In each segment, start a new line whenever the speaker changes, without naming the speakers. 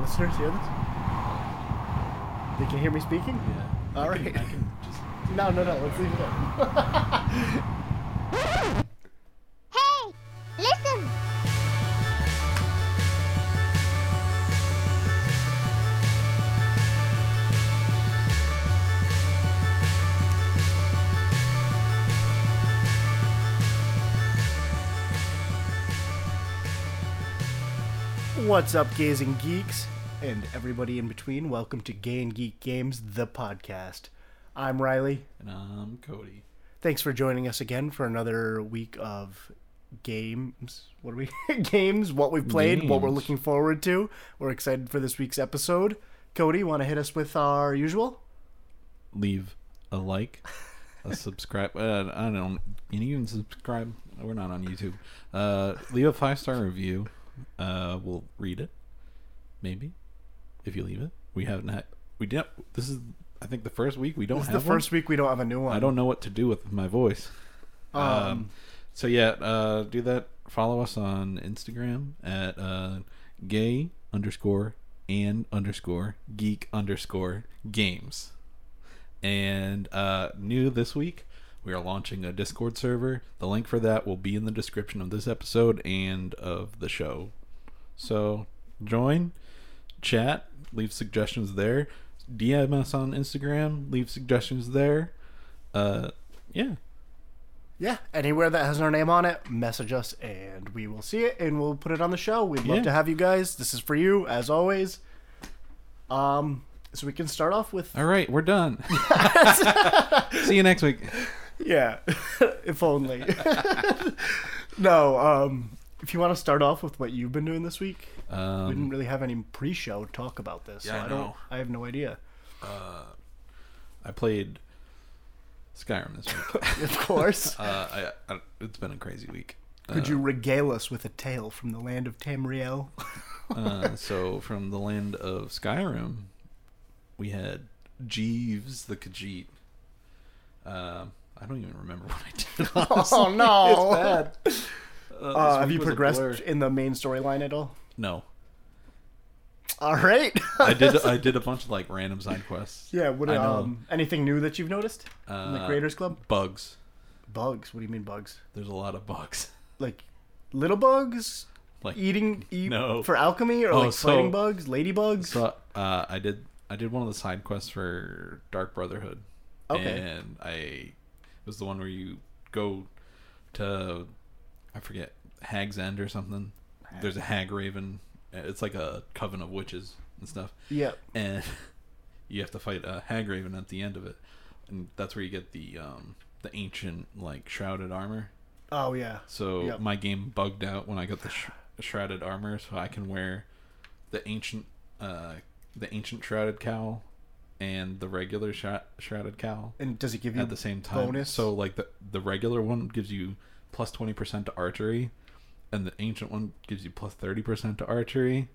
listeners, the others? They can hear me speaking?
Yeah.
All
I can-
right.
I can just.
No, no, no. Let's leave it there.
Hey, listen.
What's up, gays and geeks, and everybody in between? Welcome to Gay and Geek Games, the podcast. I'm Riley.
And I'm Cody.
Thanks for joining us again for another week of games. What are we? games, what we've played, what we're
Games.
looking forward to. We're excited for this week's episode. Cody, want to hit us with our usual?
Leave a like, a subscribe. Uh, I don't. Can you even subscribe? We're not on YouTube. Uh, leave a five star review. Uh, we'll read it. Maybe, if you leave it, we haven't had. We did. This is. I think the first week we don't
This is
have
the first week we don't have a new one.
One. I don't know what to do with my voice.
Um,
Um, so yeah, uh, do that. Follow us on Instagram at uh, gay underscore and underscore geek underscore games. And uh, new this week, we are launching a Discord server. The link for that will be in the description of this episode and of the show. So join, chat, leave suggestions there. DM us on Instagram, leave suggestions there. Uh, yeah.
yeah, anywhere that has our name on it, message us and we will see it and we'll put it on the show. We'd love
Yeah.
to have you guys. This is for you, as always. Um, so we can start off with
All right, we're done. See you next week.
Yeah, if only. no, um, if you want to start off with what you've been doing this week, we didn't
Um,
really have any pre-show talk about this. so
Yeah, I
I, don't.
know.
I have no idea.
I played Skyrim this week.
Of course.
Uh, I, I, it's been a crazy week.
Could you regale us with a tale from the land of Tamriel?
Uh, so, from the land of Skyrim, we had Jeeves the Khajiit. Um, I don't even remember what I did. honestly.
Oh, no.
it's bad.
Uh,
Uh, this
have
week
you
was a blur.
progressed in the main storyline at all?
No,
All right.
I did. I did a bunch of like random side quests.
yeah. What?
I know.
Um, anything new that you've noticed in the
Uh,
Creators Club?
Bugs.
Bugs. What do you mean bugs?
There's a lot of bugs.
Like little bugs?
Like
Eating eat
No.
for alchemy or
Oh,
like
so-
fighting bugs, ladybugs?
So uh, I did I did one of the side quests for Dark Brotherhood.
Okay.
And I it was the one where you go to I forget Hag's End or something. There's a Hag Raven. It's like a coven of witches and stuff.
yeah.
And you have to fight a Hag Raven at the end of it. And that's where you get the um the ancient like shrouded armor.
Oh yeah.
So
Yep.
my game bugged out when I got the sh- shrouded armor, so I can wear the ancient, uh, the ancient shrouded cowl and the regular sh- shrouded cowl
And does it give you
at the same time.
bonus?
So like the the regular one gives you plus twenty percent to archery, and the ancient one gives you plus thirty percent to archery.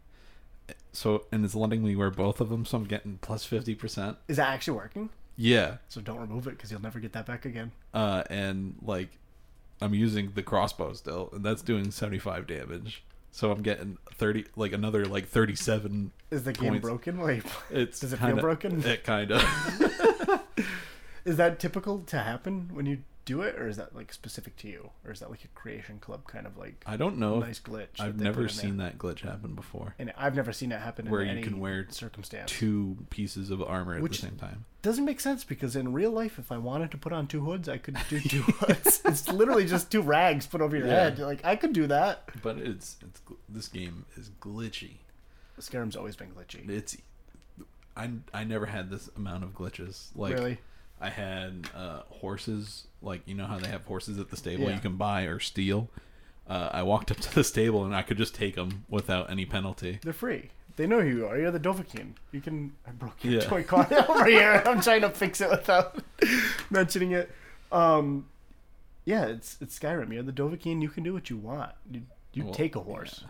So and it's letting me wear both of them, so I'm getting plus fifty percent.
is that actually working?
Yeah,
So don't remove it because you'll never get that back again.
uh, and like I'm using the crossbow still, and that's doing 75 damage. So I'm getting 30, like another like 37.
Is the game
Points.
broken? Like,
It's
does it
kinda-
feel broken?
It kind of.
Is that typical to happen when you do it, or is that like specific to you, or is that like a creation club kind of like
I don't know. if-
nice glitch? that
I've
they put
never
in
seen
there?
that glitch happen before.
and I've never seen it happen
Where
in
you
any
can wear
circumstance.
Two pieces of armor at
Which-
the same time.
Doesn't make sense because in real life, if I wanted to put on two hoods, I could do two hoods. It's literally just two rags put over your
Yeah.
head. Like I could do that.
But it's, it's gl- this game is glitchy.
Skyrim's always been glitchy.
It's I I never had this amount of glitches. Like
Really?
I had uh, horses, like you know how they have horses at the stable
Yeah.
you can buy or steal. Uh, I walked up to the stable and I could just take them without any penalty.
They're free. They know who you are. You're the Dovahkiin. You can. I broke your
Yeah.
toy car over here. I'm trying to fix it without mentioning it. Um, yeah, it's it's Skyrim. You're the Dovahkiin. You can do what you want. You you
Well,
take a horse.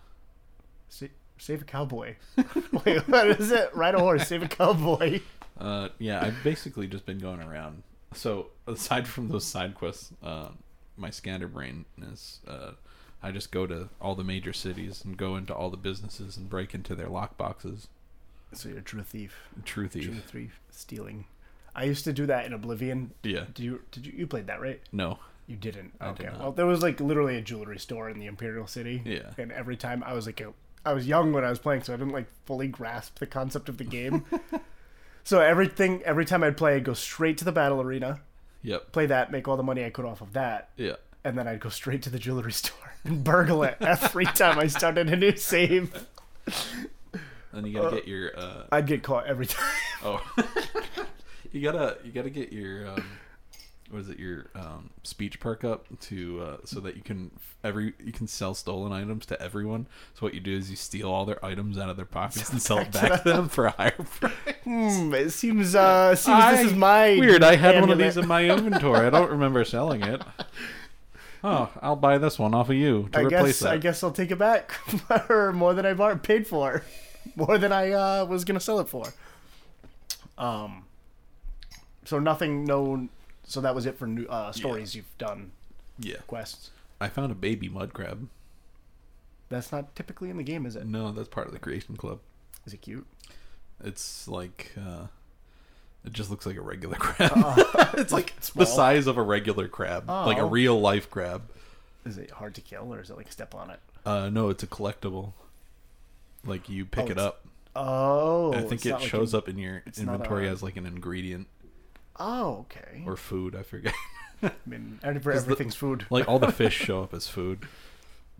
Sa- save a cowboy. Wait, what is it? Ride a horse. Save a cowboy.
Uh, yeah, I've basically just been going around. So aside from those side quests, uh, my scatterbrain is uh, I just go to all the major cities and go into all the businesses and break into their lockboxes.
So you're a true thief.
True thief.
True thief. Stealing. I used to do that in Oblivion.
Yeah.
Did you? Did you? You played that, right?
No.
You didn't.
I
okay.
did not.
Well, there was like literally a jewelry store in the Imperial City.
Yeah.
And every time I was like, a, I was young when I was playing, so I didn't like fully grasp the concept of the game. so everything, every time I'd play, I'd go straight to the battle arena,
Yep.
play that, make all the money I could off of that,
Yeah.
and then I'd go straight to the jewelry store and burgle it every time I started a new save.
Then you gotta get your. Uh,
I'd get caught every time.
oh. you gotta you gotta get your. Um, what is it? Your um, speech perk up to uh, so that you can f- every you can sell stolen items to everyone. So what you do is you steal all their items out of their pockets and sell it back to them for a higher price.
Hmm, it seems uh seems this is my
weird. I had one of
amulet.
these in my inventory. I don't remember selling it. Oh, I'll buy this one off of you to
I
replace
guess I
that.
guess I'll take it back for more than I bought paid for, more than I uh, was gonna sell it for. Um, so nothing, no. So that was it for new uh, stories you've done
Yeah,
quests.
I found a baby mud crab.
That's not typically in the game, is it?
No, that's part of the creation club.
Is it cute?
It's like uh, it just looks like a regular crab. it's like
Oh. small.
the size of a regular crab, like a
Oh.
real life crab.
Is it hard to kill, or is it like step on it?
Uh, no, it's a collectible. Like you pick
Oh,
it
it's-
up.
Oh,
I think it shows up in your
not
inventory
a- uh,
as like an ingredient
Oh, okay.
or food. I forget.
I mean, every-
the-
everything's food.
like all the fish show up as food.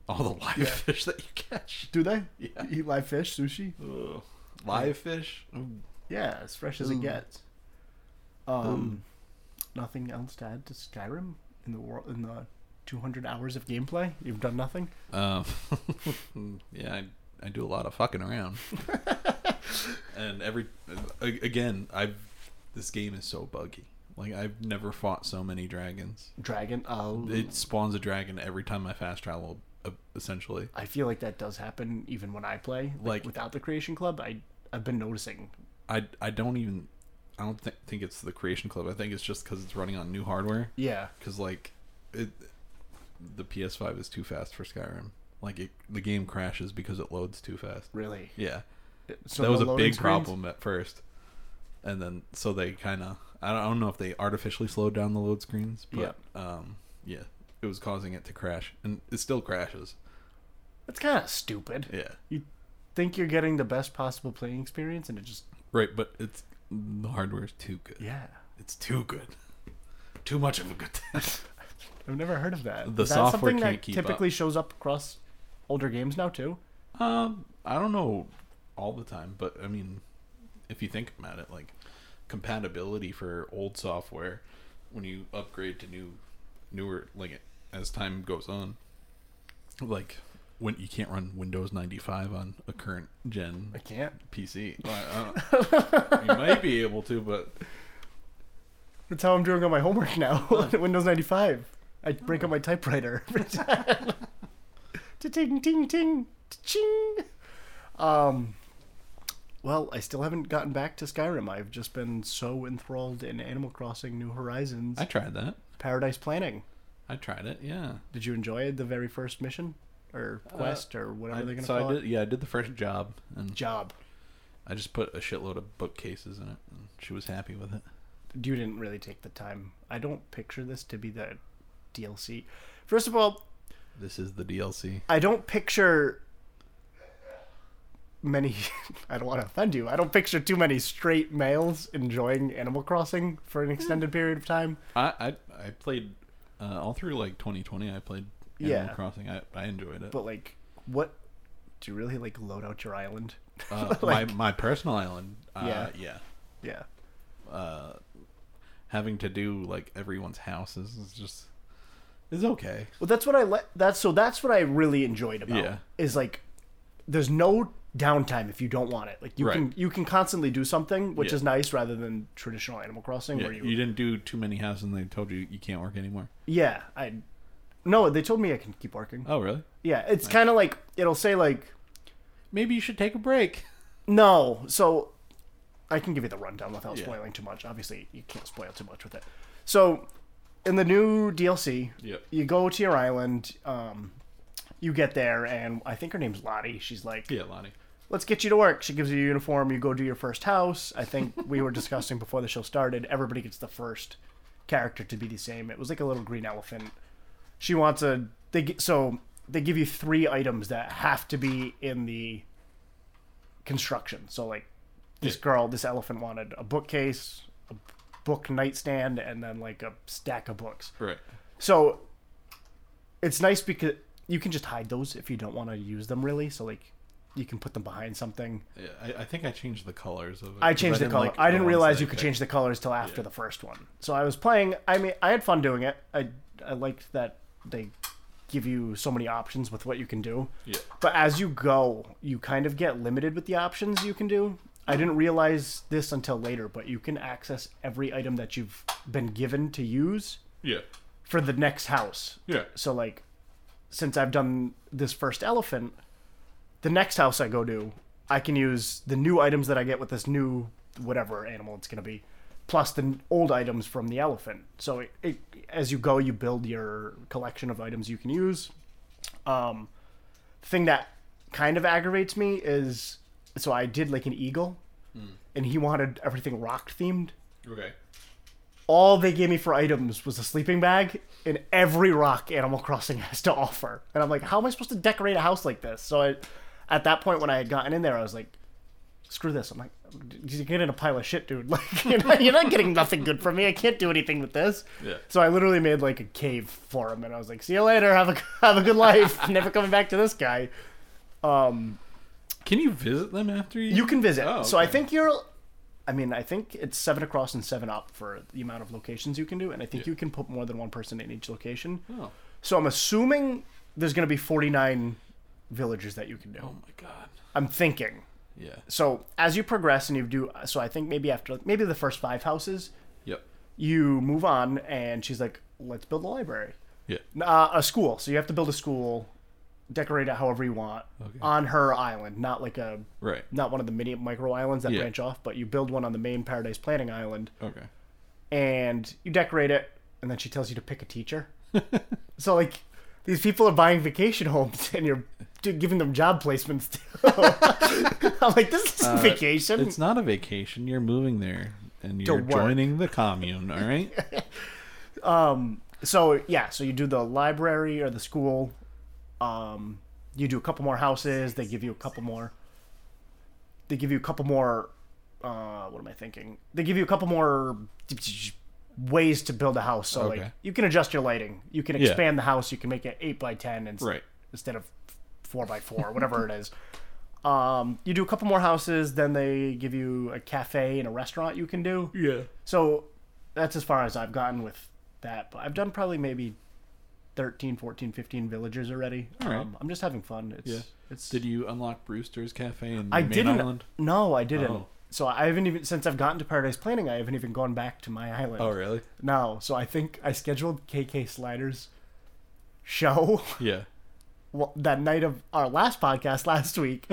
All the live fish that you catch.
Do they
Yeah.
You eat live fish, sushi?
Ugh. Live fish. Ooh.
Yeah, as fresh as
Ooh.
it gets.
Hmm.
Um, nothing else to add to Skyrim in the world in the 200 hours of gameplay. You've done nothing.
Um, yeah, I, I do a lot of fucking around. and every a- again, I've this game is so buggy. Like I've never fought so many dragons.
Dragon. Oh,
It spawns a dragon every time I fast travel, uh, essentially.
I feel like that does happen even when I play. Like,
Like-
without the Creation Club, I I've been noticing.
I I don't even I don't th- think it's the Creation Club. I think it's just because it's running on new hardware.
Yeah.
because like it, the PS5 is too fast for Skyrim. Like it, the game crashes because it loads too fast.
Really.
Yeah,
So
that was
no
a
loading
big
screens?
problem at first, and then so they kind of I don't, I don't know if they artificially slowed down the load screens, but um, yeah, it was causing it to crash, and it still crashes.
That's kind of stupid.
Yeah,
You think you're getting the best possible playing experience, and it just
right, but it's the hardware's too good.
yeah.
It's too good. Too much of a good thing.
I've never heard of that.
The
Is that
software
something
can't
that
keep up.
typically shows up across older games now too.
Um, I don't know all the time, but I mean, if you think about it, like compatibility for old software when you upgrade to new, newer, like as time goes on, like when you can't run Windows ninety five on a current gen
I can't.
PC. Well, I don't- you might be able to, but
That's how I'm doing on my homework now. Windows 95. I break
Oh.
out my typewriter every time. ting ting ting ching. Um. Well, I still haven't gotten back to Skyrim. I've just been so enthralled in Animal Crossing: New Horizons,
I tried that.
Paradise Planning.
I tried it. Yeah.
Did you enjoy the very first mission, or quest, or whatever
Uh, I-
they're gonna
so
call
I
it?
did. Yeah, I did the first job, and
Job.
I just put a shitload of bookcases in it, and she was happy with it.
you didn't really take the time. I don't picture this to be the DLC. First of all,
This is the DLC.
I don't picture many. I don't want to offend you. I don't picture too many straight males enjoying Animal Crossing for an
Hmm.
extended period of time.
I I, I played uh, all through like 2020. I played Animal
Yeah.
Crossing. I, I enjoyed it.
But like, what? Do you really like load out your island?
uh,
like-
my my personal island. Uh, yeah,
Yeah. Yeah,
Uh, having to do like everyone's houses is just is okay.
Well, that's what I let. That's so. That's what I really enjoyed about.
Yeah.
Is like, there's no downtime if you don't want it. Like you
Right.
can you can constantly do something, which
Yeah.
is nice rather than traditional Animal Crossing
Yeah,
where you,
you didn't do too many houses, and they told you you can't work anymore.
yeah I. No, they told me I can keep working.
Oh, really?
yeah, it's kind of like it'll say like
Maybe you should take a break.
No, so I can give you the rundown without
Yeah.
spoiling too much. Obviously, you can't spoil too much with it. So, in the new DLC,
Yep.
you go to your island. Um, you get there, and I think her name's Lottie. She's like,
Yeah, Lonnie.
let's get you to work. She gives you a uniform. You go do your first house. I think we were discussing before the show started. Everybody gets the first character to be the same. It was like a little green elephant. She wants a they gi- so they give you three items that have to be in the construction. So like this
Yeah.
girl, this elephant wanted a bookcase, a book nightstand, and then like a stack of books.
Right.
So it's nice because you can just hide those if you don't want to use them really. So like you can put them behind something.
Yeah, I, I think I changed the colors of it.
I
'cause
changed the
didn't
color.
like
I
the
didn't
ones
realize
that
you
I
could
picked.
change the colors till after the first one. So I was playing. I mean, I had fun doing it. I I liked that they give you so many options with what you can do.
Yeah.
But as you go, you kind of get limited with the options you can do. I didn't realize this until later, but you can access every item that you've been given to use
Yeah.
for the next house.
Yeah.
So like, since I've done this first elephant, the next house I go to, I can use the new items that I get with this new whatever animal it's gonna be, plus the n- old items from the elephant. So it, it, as you go, you build your collection of items you can use. Um, thing that kind of aggravates me is so I did like an eagle, and he wanted everything rock themed
Okay.
all they gave me for items was a sleeping bag and every rock Animal Crossing has to offer. And I'm like, how am I supposed to decorate a house like this? So I, at that point when I had gotten in there, I was like, screw this. I'm like, you get in a pile of shit, dude. Like, you're not, you're not getting nothing good from me. I can't do anything with this.
Yeah.
So I literally made like a cave for him, and I was like, see you later. Have a have a good life. Never coming back to this guy.
Can you visit them after you?
You can visit.
Oh,
So I
okay.
think you're. I mean, I think it's seven across and seven up for the amount of locations you can do, and I think you can put more than one person in each location.
Oh.
So I'm assuming there's going to be 49 villagers that you can do.
Oh my god.
I'm thinking.
Yeah.
So as you progress and you do, so I think maybe after maybe the first five houses,
Yep.
you move on, and she's like, "Let's build a library,
Yeah.
uh, a school." So you have to build a school, decorate it however you want
Okay.
on her island, not like a
Right.
not one of the mini micro islands that
Yeah.
branch off, but you build one on the main Paradise Planning Island
Okay.
and you decorate it, and then she tells you to pick a teacher. so like, these people are buying vacation homes, and you're d- giving them job placements. Too. I'm like, this isn't vacation.
Uh, It's not a vacation. You're moving there, and you're
work.
joining the commune. All right.
so yeah, so you do the library or the school. Um, you do a couple more houses. They give you a couple more. They give you a couple more. Uh, what am I thinking? They give you a couple more ways to build a house. So
Okay.
like you can adjust your lighting. You can
Yeah.
expand the house. You can make it eight by ten instead
Right.
instead of four by four, whatever it is. Um, you do a couple more houses. Then they give you a cafe and a restaurant you can do.
Yeah.
So that's as far as I've gotten with that. But I've done probably maybe 13, 14, 15 villagers already.
All right.
Um, I'm just having fun. It's,
Yeah.
it's
Did you unlock Brewster's Cafe in
I
Main
didn't.
Island?
No, I didn't.
Oh.
So I haven't even since I've gotten to Paradise Planning, I haven't even gone back to my island.
Oh, really?
No, so I think I scheduled KK Sliders show
Yeah.
well, that night of our last podcast last week.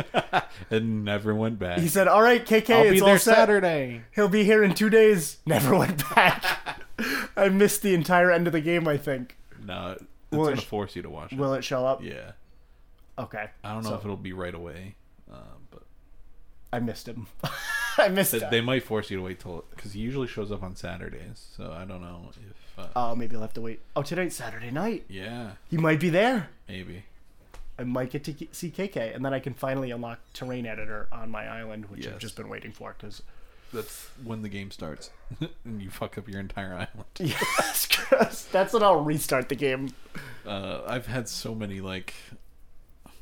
And never went back.
He said, "All right, KK,
I'll
it's
be
all
there
set.
Saturday.
He'll be here in two days." Never went back. I missed the entire end of the game. I think.
No, it's
Well,
gonna
it's-
force you to watch it.
Will it show up?
yeah. Uh,
Okay.
I don't know
So,
if it'll be right away, um, but
I missed him. I missed
th-
him.
they might force you to wait till because he usually shows up on Saturdays. So I don't know if. Uh,
oh, maybe I'll have to wait. Oh, tonight's Saturday night.
yeah,
He might be there.
maybe.
I might get to k- see KK, and then I can finally unlock Terrain Editor on my island, which I've
Yes.
just been waiting for. Because
That's when the game starts, and you fuck up your entire island.
yes, 'cause that's when I'll restart the game.
Uh, I've had so many like,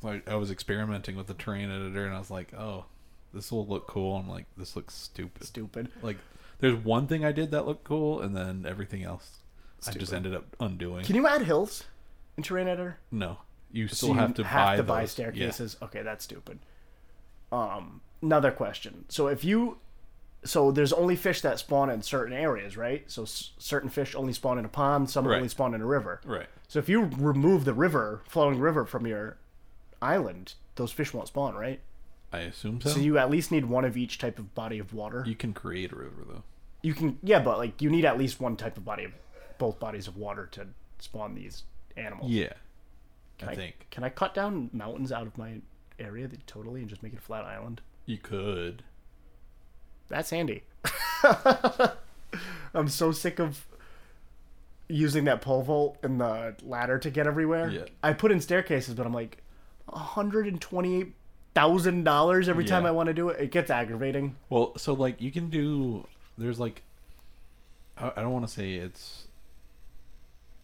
like, I was experimenting with the terrain editor, and I was like, oh, this will look cool. I'm like, this looks stupid.
Stupid.
Like, there's one thing I did that looked cool, and then everything else, I just
Stupid.
ended up undoing.
Can you add hills in Terrain Editor?
No, you
So
still
you
have to buy
to buy
those. Yeah.
staircases. Okay, that's stupid. Um, another question. So if you, so there's only fish that spawn in certain areas, right? So s- certain fish only spawn in a pond. Some
Right.
only spawn in a river.
Right.
So if you remove the river, flowing river from your island, those fish won't spawn, right?
I assume so.
So
you,
you at least need one of each type of body of water. You,
can create a river though.
can, yeah, but like you need at least one type of body of both bodies of water to spawn these animals.
Yeah. I
Like,
think.
Can I cut down mountains out of my area that totally and just make it a flat island?
You could.
That's handy. I'm so sick of using that pole vault and the ladder to get everywhere.
Yeah.
I put in staircases, but I'm like $128,000 every time
Yeah.
I want to do it. It gets aggravating.
Well, so like you can do. There's like, I, I don't want to say it's.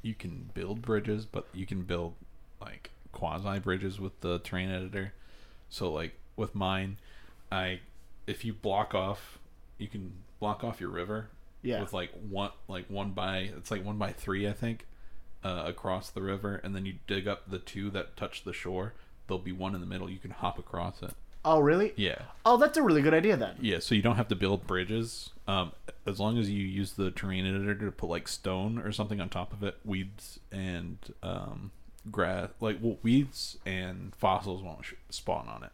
You can build bridges, but you can build like quasi bridges with the terrain editor. So like with mine, I if you block off, you can block off your river.
Yeah.
With like one like one by it's like one by three I think, uh, across the river, and then you dig up the two that touch the shore. There'll be one in the middle. You can hop across it.
Oh, really?
Yeah.
Oh, that's a really good idea then.
Yeah, so you don't have to build bridges. Um, as long as you use the terrain editor to put like stone or something on top of it, weeds and um, grass, like well, weeds and fossils won't sh- spawn on it.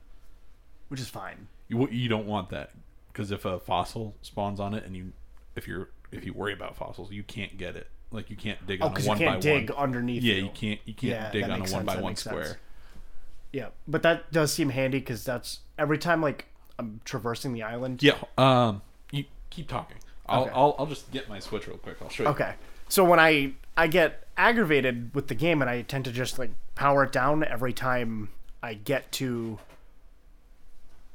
Which is fine.
You you don't want that because if a fossil spawns on it and you if you're if you worry about fossils, you can't get it. Like you can't dig
Oh,
on a
because you
one by
can't dig
one.
underneath.
Yeah,
you.
you can't you can't
Yeah,
dig
that
on a
makes
one
sense,
by
that
one
makes sense.
square.
Yeah, but that does seem handy because that's every time like I'm traversing the island.
Yeah. Um, you keep talking. I'll,
Okay.
I'll I'll just get my switch real quick. I'll show you.
Okay. So when I I get aggravated with the game and I tend to just like power it down every time I get to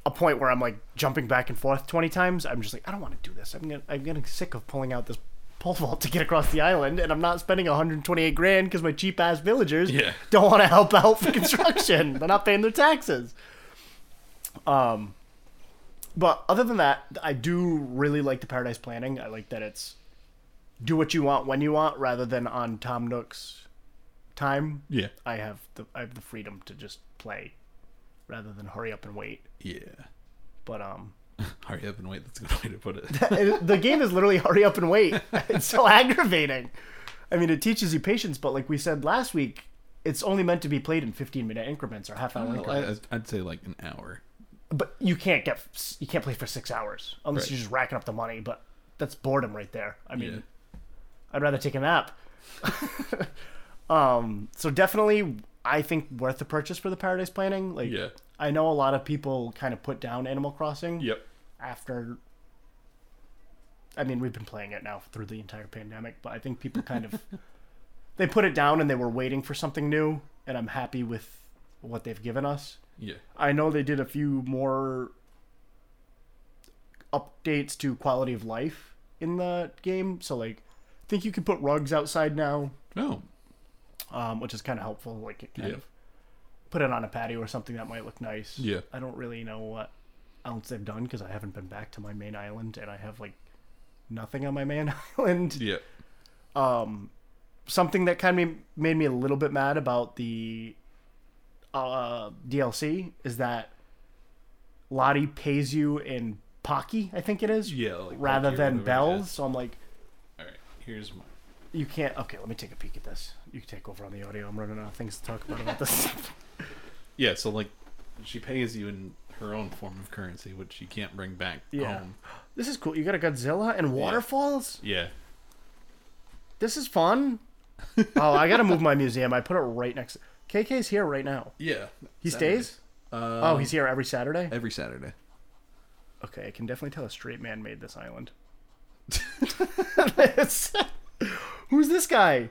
a point where I'm like jumping back and forth 20 times, I'm just like I don't want to do this. I'm get, I'm getting sick of pulling out this pole vault to get across the island and I'm not spending 128 grand cuz my cheap ass villagers
Yeah.
don't want to help out for construction. They're not paying their taxes. Um but other than that, I do really like the paradise planning. I like that it's do what you want when you want rather than on Tom Nook's time.
Yeah.
I have the I have the freedom to just play rather than hurry up and wait.
Yeah.
But um
Hurry up and wait. That's a good way to put it.
it- the game is literally hurry up and wait. It's so aggravating. I mean, it teaches you patience, but like we said last week, it's only meant to be played in 15 minute increments or half hour
Well,
increments.
Oh, I, I'd say like an hour.
but you can't get you can't play for six hours unless
Right.
you're just racking up the money. But that's boredom right there. I mean,
Yeah.
I'd rather take a nap. um, so definitely, I think worth the purchase for the Paradise Planning. Like,
Yeah.
I know a lot of people kind of put down Animal Crossing
Yep.
after. I mean, we've been playing it now through the entire pandemic, but I think people kind of they put it down and they were waiting for something new, and I'm happy with what they've given us.
Yeah.
I know they did a few more updates to quality of life in the game. So like, I think you can put rugs outside now,
Oh.
um, which is kind of helpful. Like, it kind
Yeah.
of put it on a patio or something that might look nice.
Yeah.
I don't really know what else they've done because I haven't been back to my main island and I have like nothing on my main island
Yeah.
um, something that kind of made me a little bit mad about the uh, DLC is that Lottie pays you in Pocky, I think it is,
Yeah. Like
rather
Pokey or
than
whatever it
bells.
is.
So I'm like,
All right. Here's my.
you can't. Okay, let me take a peek at this. You can take over on the audio. I'm running out of things to talk about about this.
Yeah. So like, she pays you in her own form of currency, which you can't bring back
Yeah.
home.
this is cool. You got a Godzilla and waterfalls.
Yeah.
This is fun. oh, I gotta move my museum. I put it right next. KK's here right now.
Yeah.
He
Saturday.
stays.
Uh,
Oh, he's here every Saturday.
every Saturday.
Okay, I can definitely tell a straight man made this island. This- Who's this guy?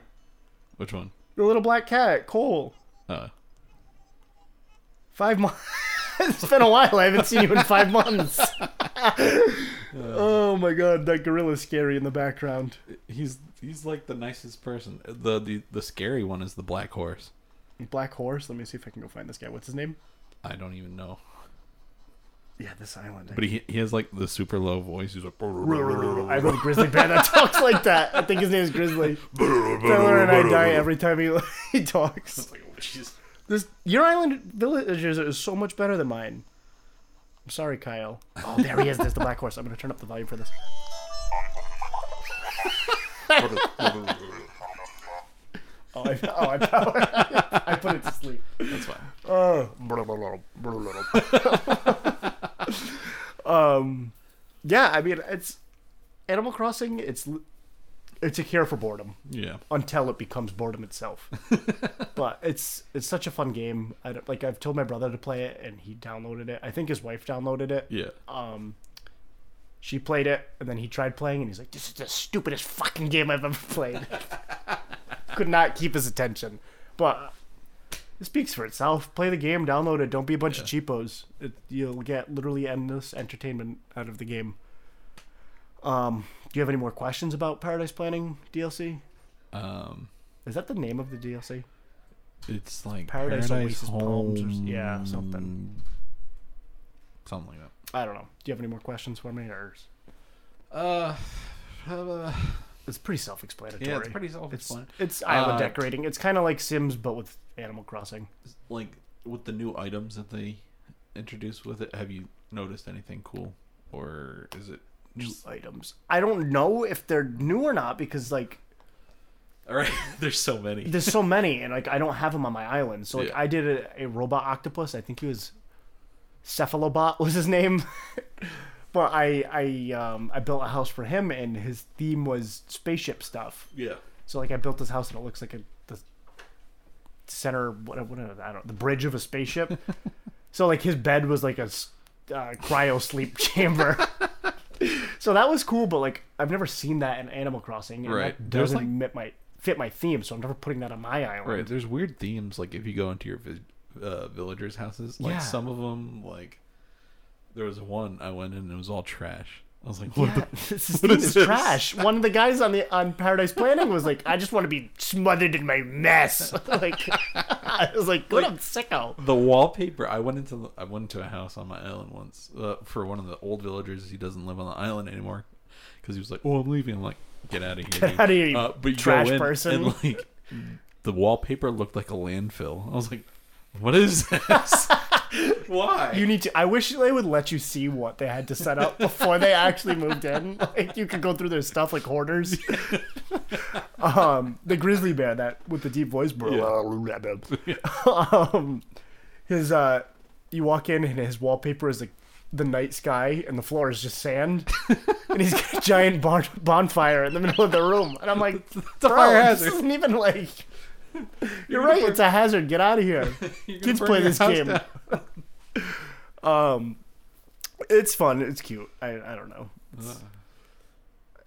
Which one?
The little black cat, Cole.
Uh.
Five months. it's been a while. I haven't seen you in five months.
Uh.
oh my god, that gorilla's scary in the background.
He's he's like the nicest person. The the the scary one is the black horse.
Black horse. Let me see if I can go find this guy. What's his name?
I don't even know.
Yeah, this island.
But he he has like the super low voice. He's like.
I wrote grizzly bear that talks like that. I think his name is Grizzly. Tyler and I die every time he, he talks.
It's like, oh, jeez.
This your island villagers is so much better than mine. I'm sorry, Kyle. Oh, there he is. There's the black horse. I'm gonna turn up the volume for this. Oh, I, oh, I, power- I put it to sleep.
That's fine.
Oh, um, yeah. I mean, it's Animal Crossing. It's l- it's a cure for boredom
Yeah.
until it becomes boredom itself. but it's it's such a fun game. I don't- like I've told my brother to play it, and he downloaded it. I think his wife downloaded it.
Yeah.
Um, she played it, and then he tried playing, and he's like, "This is the stupidest fucking game I've ever played." Could not keep his attention, but. It speaks for itself. Play the game, download it. Don't be a bunch of cheapos. It, you'll get literally endless entertainment out of the game. Um, do you have any more questions about Paradise Planning DLC?
Um,
Is that the name of the DLC?
it's like
Paradise
Paradise,
Oasis
Home.
Palms or s- yeah, something.
Something like that.
I don't know. Do you have any more questions for me? Or is-
Uh, uh,
it's pretty self-explanatory.
yeah, it's pretty
It's,
self-explanatory.
it's island
Uh,
decorating. It's kind of like Sims, but with Animal Crossing.
like with the new items that they introduced with it, have you noticed anything cool, or is it just
items. I don't know if they're new or not because like
all right? There's so many.
there's so many, and like I don't have them on my island. So like
Yeah.
I did a, a robot octopus. I think he was Cephalobot was his name. but I I um I built a house for him, and his theme was spaceship stuff.
Yeah,
So like I built this house and it looks like a the center what, what I don't the bridge of a spaceship. so like his bed was like a s- uh, cryo sleep chamber. so that was cool, but like I've never seen that in Animal Crossing. And
Right.
That
There's,
doesn't
like-
fit my fit my theme, so I'm never putting that on my island.
right. There's weird themes. Like if you go into your vi- uh, villagers' houses, like
Yeah.
some of them, like there was one I went in and it was all trash. I was like, what?
Yeah,
the
this is,
what
theme
is
is
this?
trash. One of the guys on the on Paradise Planning was like, "I just want to be smothered in my mess." like, I was like, "What a sicko!"
the wallpaper i went into the- i went into a house on my island once uh, for one of the old villagers he doesn't live on the island anymore because he was like oh i'm leaving i'm like get out of here get
outta here, you
but you go
trash
in,
person.
and like the wallpaper looked like a landfill i was like what is this why
You need to. I wish they would let you see what they had to set up before they actually moved in. Like you could go through their stuff like hoarders. um, the grizzly bear that with the deep voice, um, his uh, you walk in and his wallpaper is like the night sky and the floor is just sand, and he's got a giant bon- bonfire in the middle of the room, and I'm like,
a
bro,
fire
this
hazard."
isn't even like. You're
gonna
right.
burn-
It's a hazard. Get out of here.
You're gonna
Kids
burn
play
your
this
house
game.
down.
um, it's fun. It's cute. I I don't know. It's-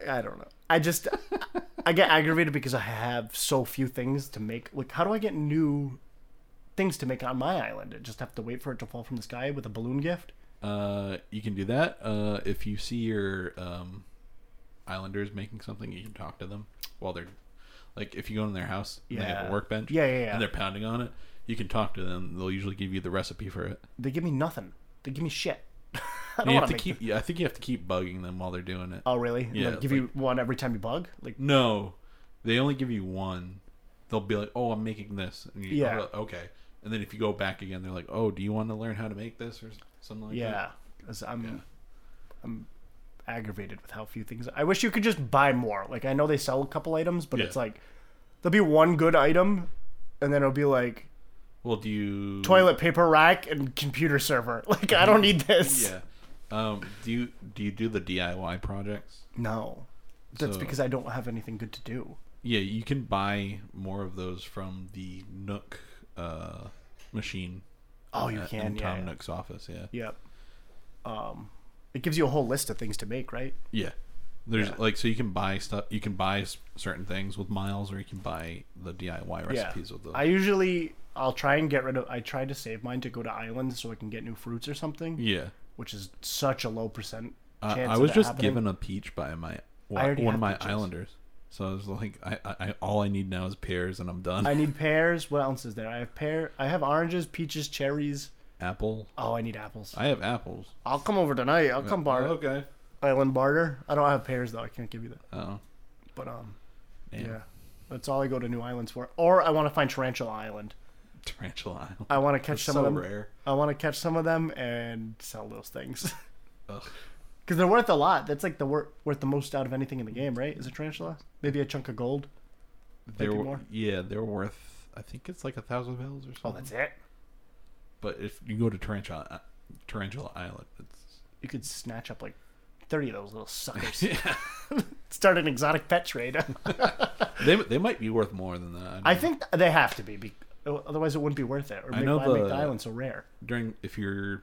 I don't know. I just I get aggravated because I have so few things to make. Like, how do I get new things to make on my island? I just have to wait for it to fall from the sky with a balloon gift.
uh, you can do that uh, if you see your um, islanders making something you can talk to them while they're like if you go in their house and they have
Yeah.
a workbench
Yeah, yeah, yeah.
and they're pounding on it you can talk to them they'll usually give you the recipe for it
They give me nothing. They give me shit. I don't
you
want
have
to
to
make.
keep i think you have to keep bugging them while they're doing it
Oh really? And
Yeah,
like, give
like-
you one every time you bug. Like
no they only give you one they'll be like oh i'm making this and you,
Yeah.
oh, okay and then if you go back again they're like oh do you want to learn how to make this or s- something like that
yeah, 'Cause I'm I'm aggravated with how few things. I wish you could just buy more. Like I know they sell a couple items, but
Yeah.
it's like there'll be one good item, and then it'll be like
well do you
toilet paper rack and computer server. Like I don't need this.
yeah um, do you do you do the diy projects
No. That's
So-
because I don't have anything good to do.
Yeah, you can buy more of those from the Nook uh, machine.
Oh, you
at-
can,
in
yeah,
Tom
yeah.
Nook's office. Yeah,
Yep. Um, it gives you a whole list of things to make, right?
yeah. There's
Yeah.
like so you can buy stuff. You can buy s- certain things with miles, or you can buy the DIY recipes
yeah.
with the.
I usually I'll try and get rid of. I try to save mine to go to islands so I can get new fruits or something,
yeah,
which is such a low percent.
I-
Chance
I
of
was
that
just
happening.
given a peach by my
I
one,
already
one
have
of my
peaches.
islanders, so I was like, I, I, I all I need now is pears, and I'm done.
I need pears. What else is there? I have pear. I have oranges, peaches, cherries.
Apple.
Oh, I need apples.
I have apples. Oh,
I'll come over tonight. I'll come bar
okay.
island barter. I don't have pears though. I can't give you that.
Oh,
But um,
damn.
yeah, that's all I go to new islands for. Or I want to find Tarantula Island.
Tarantula Island.
I want to catch some of
so
them.
rare.
I want to catch some of them and sell those things
Ugh.
because they're worth a lot. That's like the wor- worth the most out of anything in the game, right? Is a tarantula? Maybe a chunk of gold.
They're,
be
wor-
more.
Yeah, they're worth. I think it's like a thousand bells or something.
Oh, that's it.
But if you go to uh, Tarantula, Tarantula Island, it's
You could snatch up like 30 of those little suckers.
Yeah.
Start an exotic pet trade.
they, they might be worth more than that.
I think they have to be, be, otherwise it wouldn't be worth it. Or make,
know
why make
the-
the island so rare.
during if you're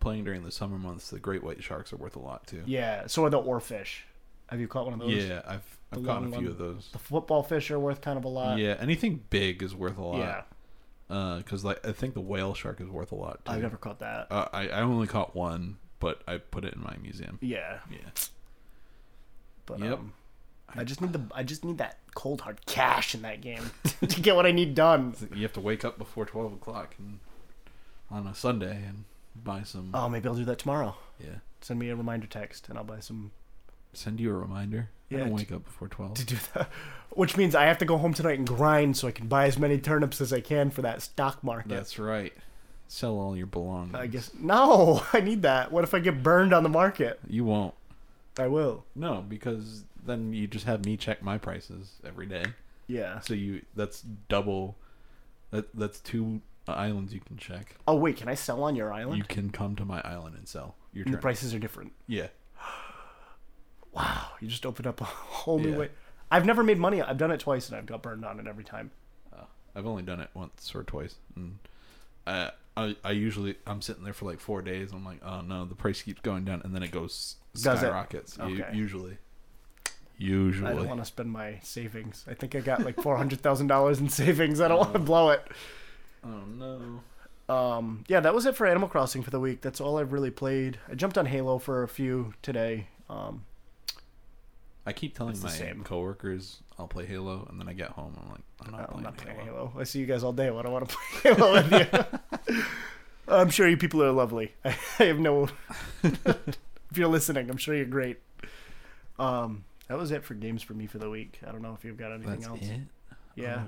playing during the summer months, the great white sharks are worth a lot too.
Yeah, so are the oorfish. Have you caught one of those?
Yeah, I've I've caught a
long
few
one.
of those.
The football fish are worth kind of a lot.
Yeah, anything big is worth a lot.
Yeah,
because like I think the whale shark is worth a lot too.
I've never caught that.
uh, I I only caught one, but I put it in my museum.
yeah,
Yeah.
but
Yep.
um, I just need the I just need that cold hard cash in that game to get what I need done.
You have to wake up before twelve o'clock and on a Sunday and buy some.
Oh, maybe I'll do that tomorrow.
Yeah.
Send me a reminder text, and I'll buy some
Send you a reminder. I
Yeah,
don't
t-
wake up before twelve.
to do that. Which means I have to go home tonight and grind so I can buy as many turnips as I can for that stock market.
That's right. Sell all your belongings.
I guess no, I need that. What if I get burned on the market?
you won't.
I will.
No, because then you just have me check my prices every day.
Yeah.
So you that's double. That that's two islands you can check.
Oh wait, can I sell on your
You
island?
can come to my island and sell your
And
turn.
the prices are different.
Yeah.
Wow, you just opened up a whole new
Yeah.
way. I've never made money. I've done it twice and I've got burned on it every time.
Uh, I've only done it once or twice, and I, I I usually I'm sitting there for like four days. And I'm like, oh no, the price keeps going down, and then it goes
Does it?
skyrockets. u-
Okay.
usually.
I don't
Usually.
want to spend my savings. I think I got like four hundred thousand dollars in savings. I don't want to blow it.
Oh no.
Um, yeah, that was it for Animal Crossing for the week. That's all I've really played. I jumped on Halo for a few today. Um,
I keep telling
It's the
my
same. Oh,
coworkers I'll play Halo, and then I get home. I'm like, I'm not,
I'm
playing,
not playing
Halo.
Halo. I see you guys all day. I don't want to play Halo with you. I'm sure you people are lovely. I have no. if you're listening, I'm sure you're great. Um, that was it for games for me for the week. I don't know if you've got anything
That's
else.
it.
Yeah.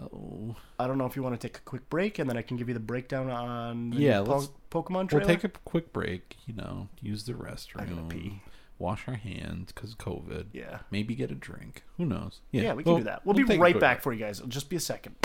Oh. oh.
I don't know if you want to take a quick break and then I can give you the breakdown on the
Yeah,
Po-
let's-
Pokemon
We'll
trailer.
take a quick break. You know, use the restroom.
I'm gonna pee.
Wash our hands because COVID.
Yeah.
Maybe get a drink. Who knows?
Yeah, we can
we'll-
do that. We'll,
we'll
be
take a
right
quick
back for you guys. It'll just be a second.